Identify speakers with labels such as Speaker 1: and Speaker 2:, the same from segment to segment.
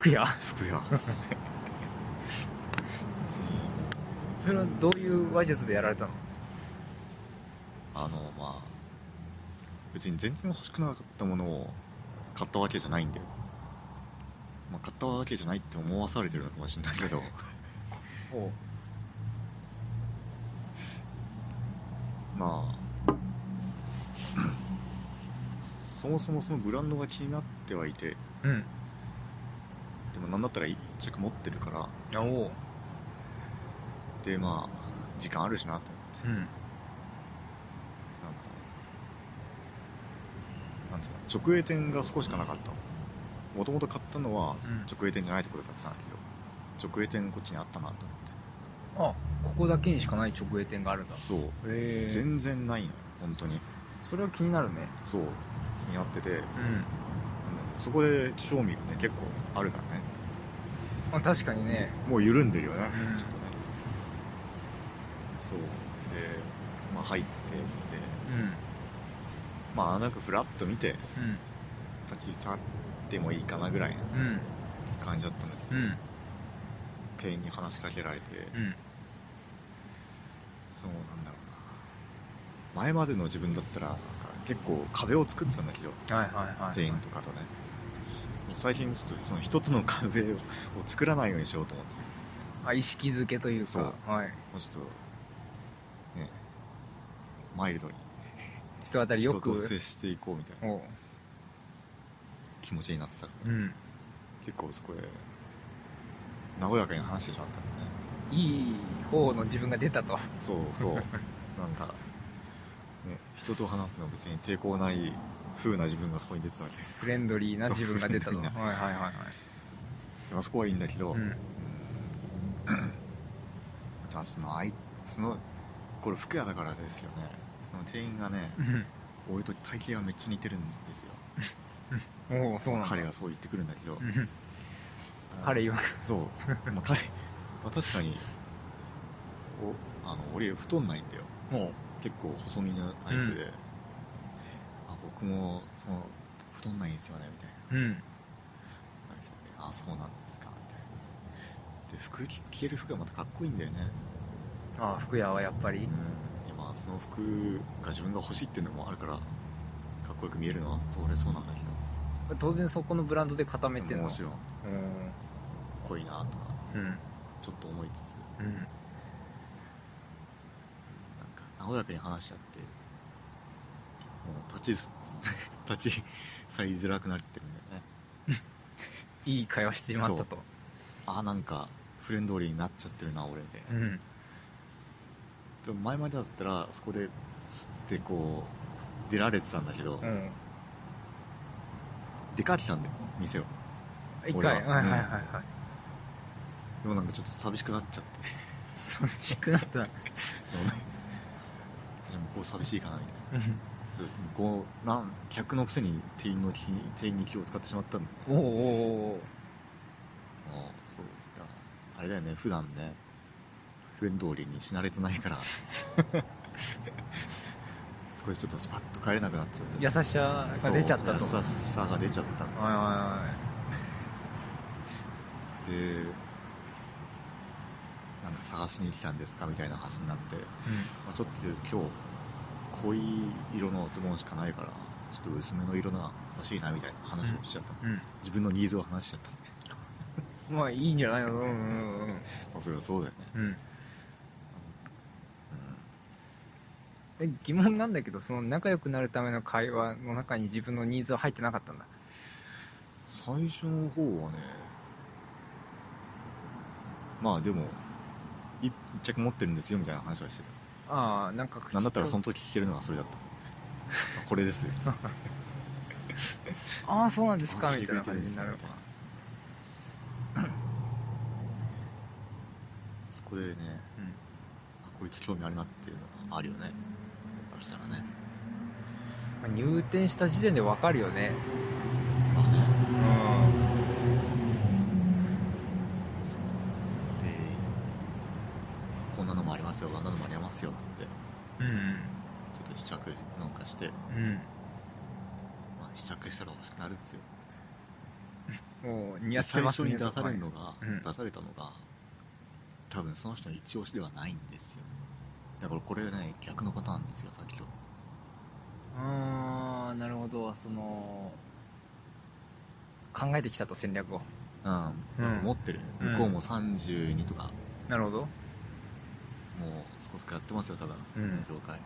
Speaker 1: 服屋
Speaker 2: 服屋
Speaker 1: それはどういう話術でやられたの
Speaker 2: あのまあ別に全然欲しくなかったものを買ったわけじゃないんだよ、まあ、買ったわけじゃないって思わされてるのかもしれないけど
Speaker 1: お
Speaker 2: まあそもそもそのブランドが気になってはいて
Speaker 1: うん
Speaker 2: でもなんだったら一着持ってるから
Speaker 1: おお
Speaker 2: でまあ時間あるしなと思っ
Speaker 1: う
Speaker 2: て
Speaker 1: ん
Speaker 2: あのなんつうの直営店が少しかなかったもともと買ったのは
Speaker 1: うん
Speaker 2: 直営店じゃないところで買ってたんだけど直営店こっちにあったなと思って
Speaker 1: あここだけにしかない直営店があるんだ
Speaker 2: そう、
Speaker 1: へえ
Speaker 2: 全然ないのよ本当に
Speaker 1: それは気になるね
Speaker 2: そうになってて、あの
Speaker 1: うん、
Speaker 2: そこで興味がね結構あるからね
Speaker 1: まあ、確かにね
Speaker 2: もう緩んでるよね、
Speaker 1: うん
Speaker 2: ちょっとねそうでまあ入っていって
Speaker 1: う
Speaker 2: まあなんかフラッと見て
Speaker 1: んうん
Speaker 2: 立ち去ってもいいかなぐらいな
Speaker 1: うん
Speaker 2: 感じだったんですけど
Speaker 1: うん
Speaker 2: 店員に話しかけられて、
Speaker 1: うん
Speaker 2: そうなんだろうな前までの自分だったらなんか結構壁を作ってたんだけど
Speaker 1: はいはいはい
Speaker 2: 店員とかとねもう最近ちょっとその一つの壁をを作らないようにしようと思っても
Speaker 1: あ意識づけというか
Speaker 2: そう
Speaker 1: はい、
Speaker 2: うちょっとねマイルドに
Speaker 1: 人当たりよ
Speaker 2: 人
Speaker 1: く
Speaker 2: と接していこうみたいな
Speaker 1: おう
Speaker 2: 気持ちになってたか
Speaker 1: う
Speaker 2: ら、
Speaker 1: ん
Speaker 2: 結構そこで和やかに話してしまったんだね
Speaker 1: いい方の自分が出たと
Speaker 2: そう そうなんか、ね、人と話すのは別に抵抗ない風な自分がそこに出てたわけです
Speaker 1: フレンドリーな自分が出たと
Speaker 2: そう
Speaker 1: はいはいはいはい
Speaker 2: あそこはいいんだけど、
Speaker 1: うん
Speaker 2: あそのあいそのこれ服屋だからですよねその店員がね
Speaker 1: うん
Speaker 2: 俺と体型がめっちゃ似てるんですよ
Speaker 1: おうそうなんだ
Speaker 2: 彼がそう言ってくるんだけど、
Speaker 1: うん彼曰く
Speaker 2: そう、まあ、彼、 まあ、確かにおあの俺太んないんだよ
Speaker 1: も
Speaker 2: 結構細身なタイプで、あ僕もその太んないんですよねみたいな
Speaker 1: ううん
Speaker 2: なんですよねあそうなんですかみたいなで服着着てる服がまたかっこいいんだよね
Speaker 1: ああ服屋はやっぱり
Speaker 2: いやまあその服が自分が欲しいっていうのもあるからかっこよく見えるのはそれそうなんだけ
Speaker 1: 当然そこのブランドで固めてんの
Speaker 2: どもちろんか
Speaker 1: うん
Speaker 2: っこいいなとか
Speaker 1: うん
Speaker 2: ちょっと思いつつ
Speaker 1: うん
Speaker 2: なんか和やかに話しちゃってもう立ちす 立ち去りづらくなってるんだよね
Speaker 1: いい会話してしまったと
Speaker 2: ああなんかフレンドリーになっちゃってるな俺みたいな
Speaker 1: うん
Speaker 2: でも前までだったらそこでスッてこう出られてたんだけど、
Speaker 1: うん
Speaker 2: 出かけたんだよ店を
Speaker 1: 一回
Speaker 2: 俺は
Speaker 1: はいはいはいはい
Speaker 2: でもなんかちょっと寂しくなっちゃって
Speaker 1: 寂しくなったな
Speaker 2: でもねでもこう寂しいかなみた
Speaker 1: う
Speaker 2: いな
Speaker 1: ん
Speaker 2: そうこうなん客のくせに店員の気に店員に気を使ってしまったんだ
Speaker 1: おうおうおうおう
Speaker 2: あそうだあれだよね普段ねフレンドリーに死なれてな いからそこでちょっとスパッと帰れなくなっちゃった
Speaker 1: 優しさが出ちゃったと
Speaker 2: そう優しさが出ちゃったん
Speaker 1: はいは
Speaker 2: でなんか探しに来たんですかみたいな話になって、
Speaker 1: いはい
Speaker 2: まあ、ちょっと今日濃い色のズボンしかないからちょっと薄めの色が欲しいなみたいな話をしちゃった、
Speaker 1: うんうん
Speaker 2: 自分のニーズを話しちゃった
Speaker 1: まあいいんじゃないのうんうん
Speaker 2: まあそれはそうだよね、
Speaker 1: うんうんえ疑問なんだけどその仲良くなるための会話の中に自分のニーズは入ってなかったんだ
Speaker 2: 最初の方はねまあでも一着持ってるんですよみたいな話はして
Speaker 1: ああなんか
Speaker 2: たなんだったらそ
Speaker 1: の
Speaker 2: の時聞けるのがそれだったあこれですよ
Speaker 1: ああそうなんです
Speaker 2: あ
Speaker 1: か
Speaker 2: 聞い
Speaker 1: み
Speaker 2: て
Speaker 1: た
Speaker 2: く
Speaker 1: いな
Speaker 2: れて
Speaker 1: 感
Speaker 2: るん
Speaker 1: じ
Speaker 2: です
Speaker 1: に
Speaker 2: ね
Speaker 1: なる
Speaker 2: みたいなそこでね
Speaker 1: うん
Speaker 2: あこいつ興味あるなっていうのがあるよねそしたらね
Speaker 1: まあ入店した時点でわかるよね
Speaker 2: まあね
Speaker 1: うん
Speaker 2: でこんなのもありますよこんなのもありますよっつってち
Speaker 1: うん
Speaker 2: ょっと試着なんかして
Speaker 1: うん
Speaker 2: まあ、試着したら欲しくなるんですよ
Speaker 1: もう似合って
Speaker 2: 最
Speaker 1: ます
Speaker 2: 初
Speaker 1: ね
Speaker 2: に出されるのが、
Speaker 1: うん
Speaker 2: 出されたのが多分その人の一押しではないんですよだからこれね逆のパターンですよさっきと
Speaker 1: あーなるほどその考えてきたと戦略を
Speaker 2: うん、
Speaker 1: うん
Speaker 2: なんか持ってる
Speaker 1: うん
Speaker 2: 向こうも32とか、
Speaker 1: なるほど
Speaker 2: もうそこそこやってますよ多分、
Speaker 1: うん
Speaker 2: 業界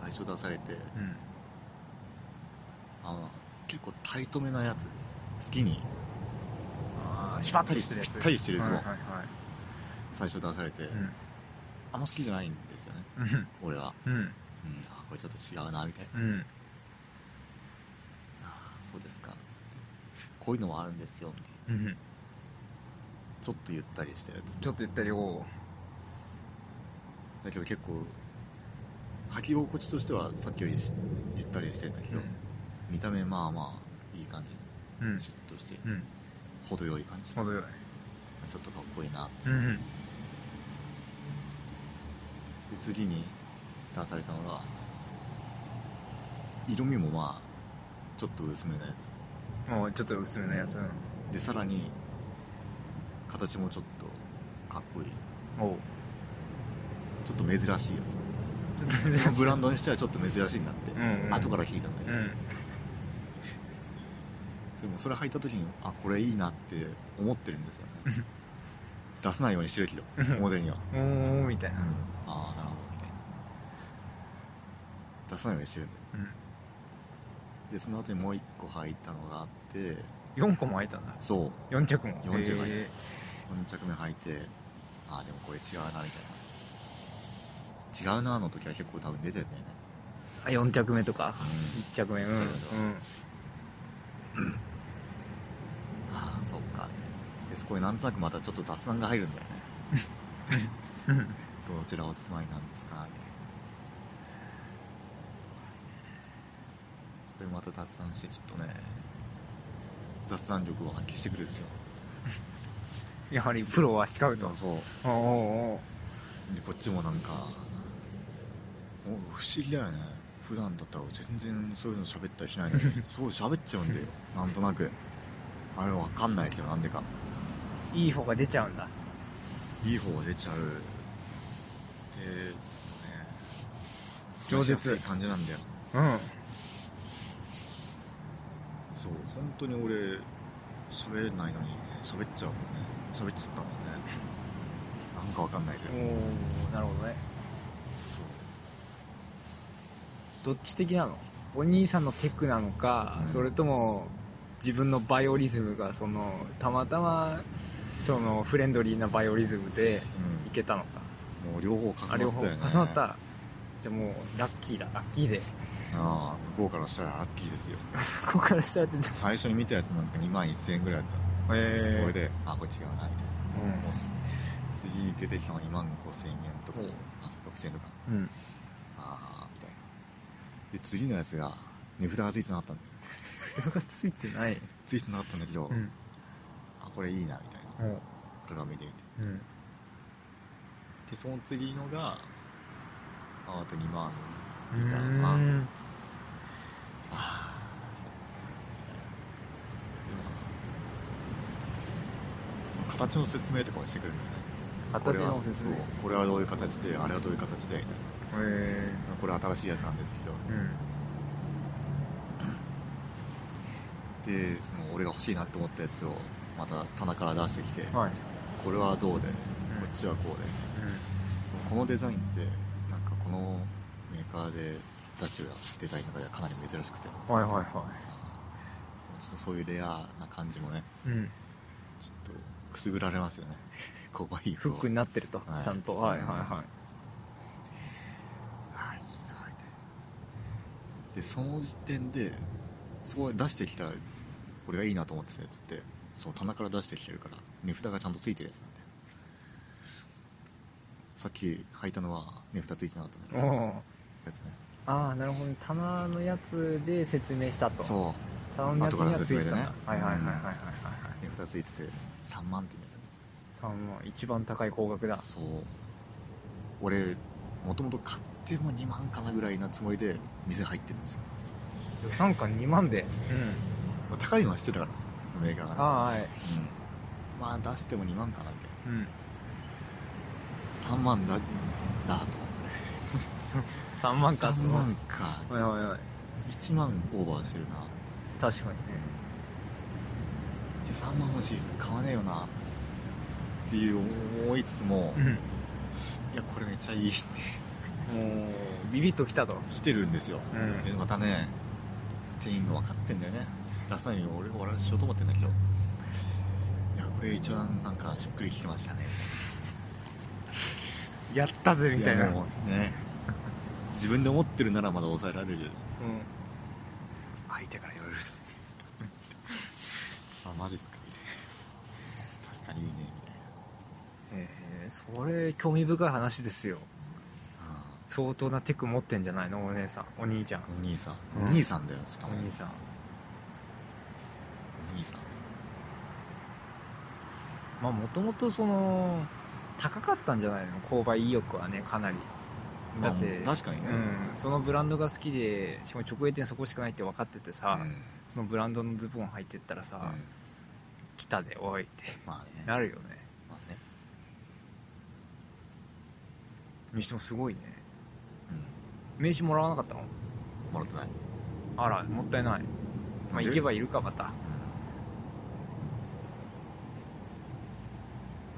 Speaker 2: 最初出されて
Speaker 1: うん
Speaker 2: あの結構タイトめなやつ好きに
Speaker 1: あー
Speaker 2: ぴったり
Speaker 1: してるやつ
Speaker 2: ぴったりしてるやつも
Speaker 1: はいはいはい
Speaker 2: 最初出されて、あんま好きじゃないんですよね
Speaker 1: うん
Speaker 2: 俺は、
Speaker 1: うん
Speaker 2: うん、あこれちょっと違うなみたいな
Speaker 1: うん
Speaker 2: ああそうですかつってこういうのもあるんですよみたいな
Speaker 1: うん
Speaker 2: ちょっとゆったりしたやつ
Speaker 1: ちょっと言ったりおう
Speaker 2: だけど結構履き心地としてはさっきよりしゆったりしてんだけど、見た目まあまあいい感じ
Speaker 1: うんうん
Speaker 2: シュッとして
Speaker 1: うん
Speaker 2: 程よい感じちょっ
Speaker 1: 程よい
Speaker 2: とかっこいいなって、
Speaker 1: うん
Speaker 2: で
Speaker 1: うん
Speaker 2: 次に出されたのが色味もまあちょっと薄めなや
Speaker 1: もうちょっと薄めのやつうん
Speaker 2: つでさらに形もちょっとかっこいい
Speaker 1: おう
Speaker 2: ちょっと珍しいや
Speaker 1: ちょっと
Speaker 2: つそのブランドにしてはちょっと珍しいなって、
Speaker 1: うんうん
Speaker 2: 後から聞いたんだけ
Speaker 1: う
Speaker 2: ど、
Speaker 1: ん
Speaker 2: でもそれ履いた時にあこれいいなって思ってるんですよね出さないようにしてるけど
Speaker 1: うん
Speaker 2: 表には、
Speaker 1: おーみたいな
Speaker 2: ああなるほどみたいな出さないようにしてるんだよ
Speaker 1: う
Speaker 2: でその後にもう一個履いたのがあって
Speaker 1: ん4個も開いたんだ
Speaker 2: そう
Speaker 1: 4着も
Speaker 2: 4着も
Speaker 1: へ
Speaker 2: 4着目履いてああでもこれ違うなみたいな違うなの時は結構多分出てんだよね
Speaker 1: ーあ4着目とか
Speaker 2: うん
Speaker 1: 1着目うんう
Speaker 2: そ
Speaker 1: ん
Speaker 2: うだああそっかみたいなでそこになんとなくまたちょっと雑談が入るんだよね
Speaker 1: うん
Speaker 2: どちらお住まいなんですかみたいな。それまた雑談して、ちょっとね、雑談力を発揮してくるんですよ。
Speaker 1: やはりプロは違うと
Speaker 2: そう。
Speaker 1: おうおう
Speaker 2: で、こっちもなんか、もう不思議だよね。普段だったら全然そういうの喋ったりしない のに、そう喋っちゃうんだよ。なんとなく。あれわかんないけど、なんでか。
Speaker 1: おういい方が出ちゃうんだ
Speaker 2: いい方が出ちゃう。で、ね、
Speaker 1: 饒舌
Speaker 2: 話しやすい感じなんだよ。
Speaker 1: うん
Speaker 2: そう本当に俺喋れないのに喋っちゃうもんね喋っちゃったもんねなんかわかんないけど
Speaker 1: おおなるほどね
Speaker 2: そう
Speaker 1: どっち的なのお兄さんのテクなのか、
Speaker 2: うん
Speaker 1: それとも自分のバイオリズムがそのたまたまそのフレンドリーなバイオリズムでいけたのか、
Speaker 2: うんもう両方重な
Speaker 1: あ
Speaker 2: った
Speaker 1: 両
Speaker 2: よ
Speaker 1: 方
Speaker 2: ね
Speaker 1: 重なったじゃあもうラッキーだラッキーで
Speaker 2: ああ向こうからしたらラッキーですよ
Speaker 1: ここからしたらってど
Speaker 2: 最初に見たやつなんか2万1000円ぐらいだった
Speaker 1: え
Speaker 2: これ
Speaker 1: ー
Speaker 2: であこれ違うなみたいなもう次に出てきたのが2万5000円とかあ6000円とか
Speaker 1: うん、うん、
Speaker 2: ああみたいなで次のやつが値札がついてなかったんだ
Speaker 1: 人
Speaker 2: よ
Speaker 1: がついてない
Speaker 2: ついてなかったんだけど、
Speaker 1: うん
Speaker 2: あこれいいなみたいな
Speaker 1: も
Speaker 2: 鏡で見て
Speaker 1: ううん
Speaker 2: でその次のがああと2万
Speaker 1: う
Speaker 2: いいかな
Speaker 1: ーん
Speaker 2: ああそうでもその形の説明とかもしてくれるんだよね
Speaker 1: 形の説明
Speaker 2: これはそうこれはどういう形であれはどういう形で
Speaker 1: え
Speaker 2: これは新しいやつなんですけど
Speaker 1: ーうん
Speaker 2: でその俺が欲しいなって思ったやつをまた棚から出してきて、
Speaker 1: はい、
Speaker 2: これはどうでこっちはこうでこのデザインってなんかこのメーカーで出してるデザインの中ではかなり珍しくて
Speaker 1: うん、はいはいは
Speaker 2: ちょっとそういうレアな感じもね、
Speaker 1: い、うん、
Speaker 2: ちょっとくすぐられます よね。こう、バイ
Speaker 1: フックになってると、
Speaker 2: はい
Speaker 1: ちゃんとはいはいはい
Speaker 2: はい、いいなみたいなで、その時点で、そこで出してきた、俺がいいなと思ってたやつって、その棚から出してきてるから、値札がちゃんとついてるやつなんだよ。さっき履いたのは値札ついてなかったんだけど、
Speaker 1: おー
Speaker 2: やつね。
Speaker 1: ああなるほどね棚のやつで説明したと
Speaker 2: そ
Speaker 1: 棚のやつにはついてたんだ、
Speaker 2: 後
Speaker 1: は
Speaker 2: か
Speaker 1: いはい
Speaker 2: らの
Speaker 1: はいはい
Speaker 2: 説明でね
Speaker 1: はいは
Speaker 2: う、値札ついてて、3万って言うんだよ
Speaker 1: いはいもう一番高い高額だ
Speaker 2: そう俺もともと買っても2万かなぐらいなつもりで店入ってるんですよ
Speaker 1: 予算感2万で
Speaker 2: まあ高いのはしてたからそのメーカーがね
Speaker 1: ああはい
Speaker 2: うん、まあ出しても2万かなみたい
Speaker 1: うん
Speaker 2: な3万だだと思って
Speaker 1: 3万か
Speaker 2: 3万か
Speaker 1: はいはいはい
Speaker 2: 1万オーバーしてるな
Speaker 1: 確かにね
Speaker 2: いや3万欲しい買わねえよなっていう思いつつも、いやこれめっちゃいいって
Speaker 1: もうビビッときたと
Speaker 2: 来てるんですよ、
Speaker 1: うん
Speaker 2: でまたね店員が分かってんだよね出さないように俺が笑いしようと思ってんだけどいやこれ一番なんかしっくりきてましたね
Speaker 1: やったぜみたいな
Speaker 2: やもうね自分で思ってるならまだ抑えられるけど
Speaker 1: うん
Speaker 2: 相手から言われるとねあマジっすかみたいな確かにいいねみたい
Speaker 1: ええそれ興味深い話ですよ
Speaker 2: な、
Speaker 1: 相当なテク持ってんじゃないのお姉さんお兄ちゃん
Speaker 2: お兄さん、
Speaker 1: うん
Speaker 2: お兄さんだよしか
Speaker 1: お
Speaker 2: もお
Speaker 1: 兄
Speaker 2: 兄
Speaker 1: さん
Speaker 2: さん
Speaker 1: まあもともとその高かったんじゃないの購買意欲はねかなりだって、
Speaker 2: まあ確かにね、
Speaker 1: うん、そのブランドが好きでしかも直営店そこしかないって分かっててさ、
Speaker 2: うん
Speaker 1: そのブランドのズボン履いてったらさ、
Speaker 2: うん
Speaker 1: 来たでおいって
Speaker 2: まあね
Speaker 1: なるよね
Speaker 2: まあね
Speaker 1: にしてもすごいね
Speaker 2: う
Speaker 1: 名刺もらわなかったの
Speaker 2: んもらってない
Speaker 1: あらもったいない、まあ、
Speaker 2: で
Speaker 1: 行けばいるかまた
Speaker 2: も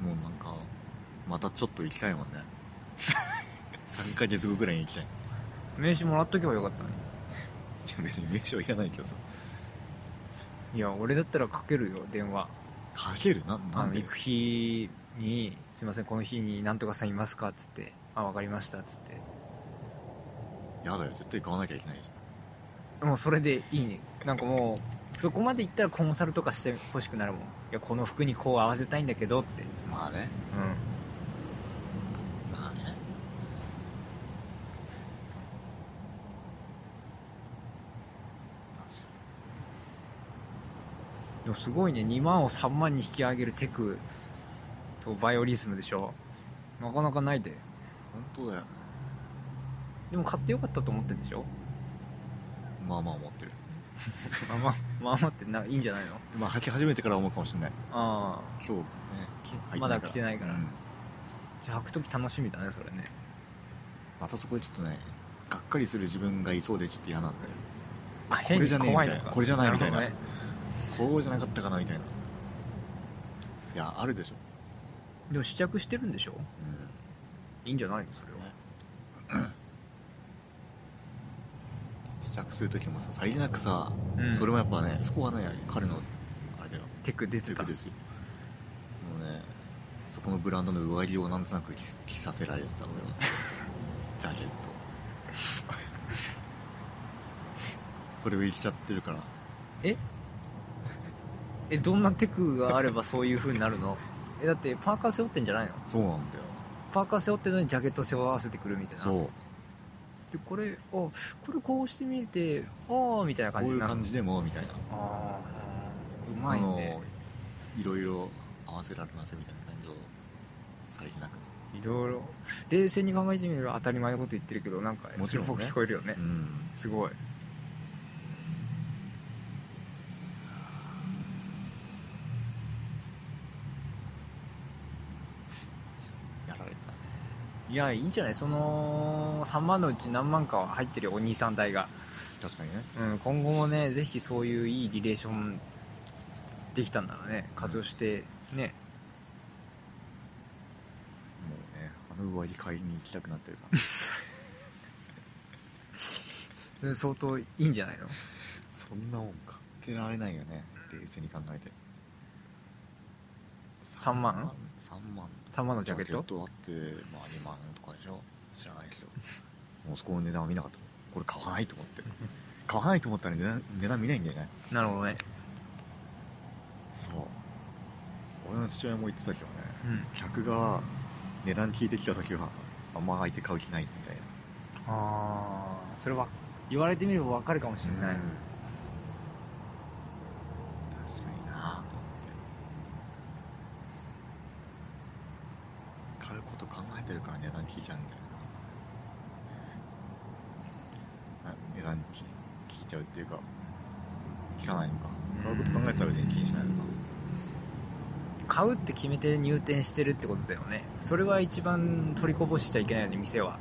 Speaker 2: うなんかまたちょっと行きたいもんね 3ヶ月後ぐらいに行きたいい
Speaker 1: 名刺もらっとけばよかったね
Speaker 2: や別に名刺はいらないけどさ
Speaker 1: いや俺だったらかけるよ電話
Speaker 2: かけるなな
Speaker 1: あ
Speaker 2: ん
Speaker 1: の
Speaker 2: で
Speaker 1: 行く日に「すいませんこの日になんとかさんいますか?」っつって「あ分かりました」っつって
Speaker 2: やだよ絶対買わなきゃいけないじ
Speaker 1: もうそれでいいねなんかもうそこまで行ったらコンサルとかしてほしくなるもんいやこの服にこう合わせたいんだけどって
Speaker 2: ゃんまあね
Speaker 1: う
Speaker 2: まあね確か
Speaker 1: んでもすごいね2万を3万に引き上げるテクとバイオリズムでしょなかなかないで
Speaker 2: に本当だよね
Speaker 1: でも買ってよかったと思ってんでしょ
Speaker 2: まあまあ思ってる
Speaker 1: まあまあまあまあってないいんじゃないの
Speaker 2: まあ履き始めてから思うかもしれない
Speaker 1: あ
Speaker 2: 今日ねき履いてないから
Speaker 1: まだ着てないから
Speaker 2: うん
Speaker 1: あじゃあ履く時楽しみだねそれね
Speaker 2: またそこでちょっとねがっかりする自分がいそうでちょっと嫌なんだよ
Speaker 1: あ変
Speaker 2: これ
Speaker 1: に
Speaker 2: じゃねえ
Speaker 1: 怖い
Speaker 2: み
Speaker 1: の
Speaker 2: たい
Speaker 1: か
Speaker 2: なこれじゃないみたいな
Speaker 1: るほどね
Speaker 2: こうじゃなかったかなみたいないやあるでしょ、
Speaker 1: でも試着してるんでしょ
Speaker 2: う
Speaker 1: いいんじゃないのそれは
Speaker 2: ねん、試着する時もささりげなくさ、
Speaker 1: うん
Speaker 2: それもやっぱねそこはね彼のあれだよ
Speaker 1: テク出て
Speaker 2: テ
Speaker 1: た
Speaker 2: クですよもうねそこのブランドの上着をなんとなく着着させられて た俺はジャケット それを生きちゃってるから
Speaker 1: ええどんなテクがあればそういう風になるのえだってパーカー背負ってんじゃないの
Speaker 2: そうなんだよ
Speaker 1: パーカー背負ってるのにジャケット背負わせてくるみたいな
Speaker 2: そう
Speaker 1: でこれあこれこうしてみてああみたいな
Speaker 2: こ
Speaker 1: 感
Speaker 2: う
Speaker 1: じに
Speaker 2: いう
Speaker 1: なる
Speaker 2: 感じでもみたい
Speaker 1: あ
Speaker 2: な
Speaker 1: あうまいね
Speaker 2: あのいろいろ合わせられますみたいな感じをされてなく
Speaker 1: いろいろ冷静に考えてみれば当たり前のこと言ってるけどなんか
Speaker 2: もち
Speaker 1: それ
Speaker 2: ろんね
Speaker 1: っぽく聞こえるよね、
Speaker 2: ん
Speaker 1: すごい
Speaker 2: やられたね
Speaker 1: いやいいんじゃないその3万のうち何万かは入ってるよお兄さん代が
Speaker 2: 確かにね
Speaker 1: うん、今後もね、ぜひそういういいリレーションできたんならね、活用して、ね、
Speaker 2: もうねあの上着買いに行きたくなってるから
Speaker 1: それ相当いいんじゃないの
Speaker 2: そんなもん買ってられないよね冷静に考えて
Speaker 1: 3万
Speaker 2: ?3 万
Speaker 1: ?3 万のジャケット
Speaker 2: だってまあ2万とかでしょ知らないけどもうそこの値段は見なかったこれ買わないと 思って買わないと思ったら値段値段見ないんだよね
Speaker 1: なるほどね。
Speaker 2: そう俺の父親も言ってたけどね
Speaker 1: うん。
Speaker 2: 客が値段聞いてきた時はあんま相手買う気ないみたいな
Speaker 1: あー、それは言われてみればわかるかもしれない。
Speaker 2: 確かになぁと思って買うこと考えてるから値段聞いちゃうんだよなあ値段き聞いちゃうっていうか聞かないのか
Speaker 1: うん。
Speaker 2: 買うこと考えてたら別に気にしないのか
Speaker 1: 買うって決めて入店してるってことだよねそれは一番取りこぼしちゃいけないよね店は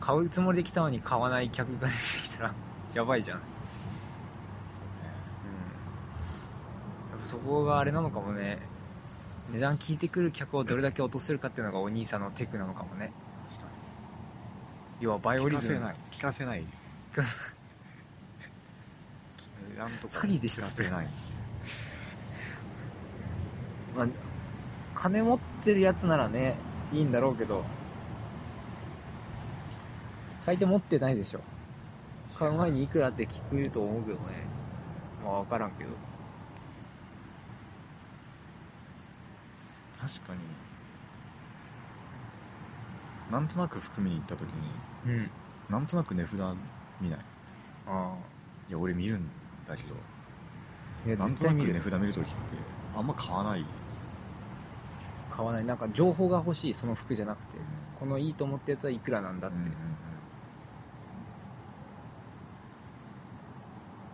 Speaker 1: 買うつもりで来たのに買わない客が出てきたらやばいじゃん、うん、
Speaker 2: そうね
Speaker 1: やっぱそこがあれなのかもね値段聞いてくる客をどれだけ落とせるかっていうのがお兄さんのテクなのかもね
Speaker 2: 確か
Speaker 1: 要はバイ
Speaker 2: に
Speaker 1: オ
Speaker 2: 聞
Speaker 1: リ
Speaker 2: か
Speaker 1: ズ
Speaker 2: せ
Speaker 1: ム
Speaker 2: ない聞かせない
Speaker 1: か
Speaker 2: 値段とか
Speaker 1: 詐欺でしょ
Speaker 2: 聞かせない
Speaker 1: まあ、金持ってるやつならねいいんだろうけど大抵持ってないでしょ買う前にいくらって聞くと思うけどねまあ分からんけど
Speaker 2: 確かになんとなく含みに行った時に
Speaker 1: うん
Speaker 2: なんとなく値札見ない
Speaker 1: あ
Speaker 2: いや俺見るんだけど
Speaker 1: あいや
Speaker 2: なん
Speaker 1: 絶
Speaker 2: とな
Speaker 1: 対
Speaker 2: く
Speaker 1: 見る
Speaker 2: 値札見るときってあんま買わない、
Speaker 1: 買わないなんか情報が欲しいその服じゃなくて
Speaker 2: うん
Speaker 1: このいいと思ったやつはいくらなんだって、
Speaker 2: うんうんうん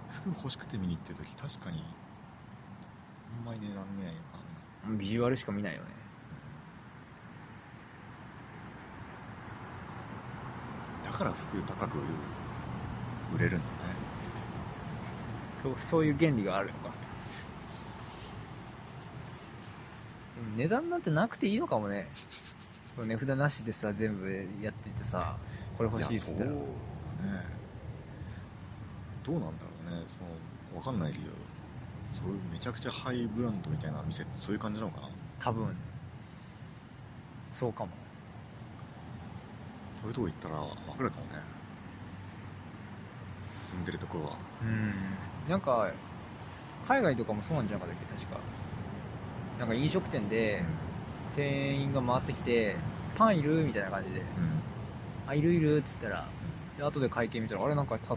Speaker 2: 服欲しくて見に行ってるとき確かにあんまり値段見ないのか
Speaker 1: ビジュアルしか見ないよね
Speaker 2: だから服高く売る売れるんだね
Speaker 1: そうそういう原理があるのかでも値段なんてなくていいのかもねその値札なしでさ全部やっててさこれ欲しいっつったら
Speaker 2: やそうだねどうなんだろうねそのわかんないけどそういうめちゃくちゃハイブランドみたいな店ってそういう感じなのかな
Speaker 1: 多分そうかも
Speaker 2: そういうとこ行ったらわかるかもね住んでるところは
Speaker 1: うんなんか海外とかもそうなんじゃなかったっけ確かなんか飲食店で店員が回ってきて「パンいる?」みたいな感じで
Speaker 2: うん
Speaker 1: 「あいるいる」っつったらで後で会計見たらあれなんかた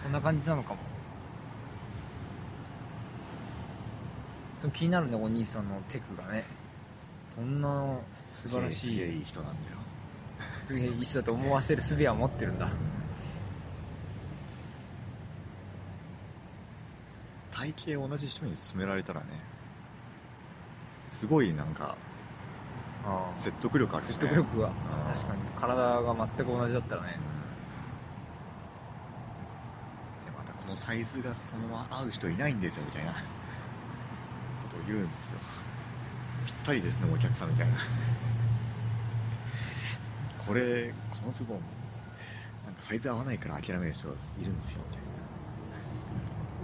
Speaker 1: そんな感じなのかもでも気になるねお兄さんのテクがねそんな素晴ら
Speaker 2: すげえす
Speaker 1: し
Speaker 2: げえ
Speaker 1: い
Speaker 2: いい人なんだよ
Speaker 1: すげえ一緒だと思わせる術は持ってるんだ
Speaker 2: 体型同じ人に勧められたらねすごいなんか
Speaker 1: あ
Speaker 2: 説得力あるし、ね、
Speaker 1: 説得力が
Speaker 2: うん
Speaker 1: 確かに体が全く同じだったらね
Speaker 2: でまたこのサイズがそのまま合う人いないんですよみたいなことを言うんですよぴったりですねお客さんみたいなこれこのズボンなんかサイズ合わないから諦める人いるんですよみたい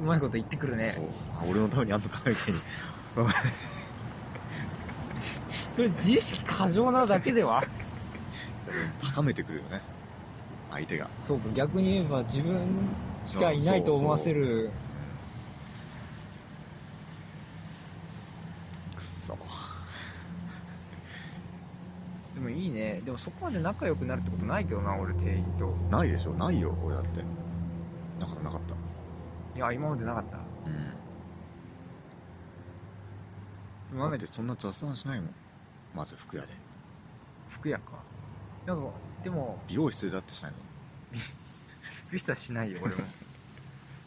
Speaker 2: う
Speaker 1: まいこと言ってくる
Speaker 2: な、
Speaker 1: ね
Speaker 2: そうあ俺のためにあんとかみたいに
Speaker 1: それ自意識過剰なだけで は
Speaker 2: 高めてくるよね相手が
Speaker 1: そうか逆に言えば自分しかいないと思わせる
Speaker 2: くっそ
Speaker 1: でもいいねでもそこまで仲良くなるってことないけどな俺店員と
Speaker 2: ないでしょないよ俺だってなかったなかった
Speaker 1: いや今までなかった
Speaker 2: うん
Speaker 1: 今
Speaker 2: だ
Speaker 1: ま
Speaker 2: っ
Speaker 1: で
Speaker 2: てそんな雑談しないもんまず服屋で
Speaker 1: 服屋かなんかでも
Speaker 2: 美容室でだってしないもん
Speaker 1: びっくりしたしないよ俺も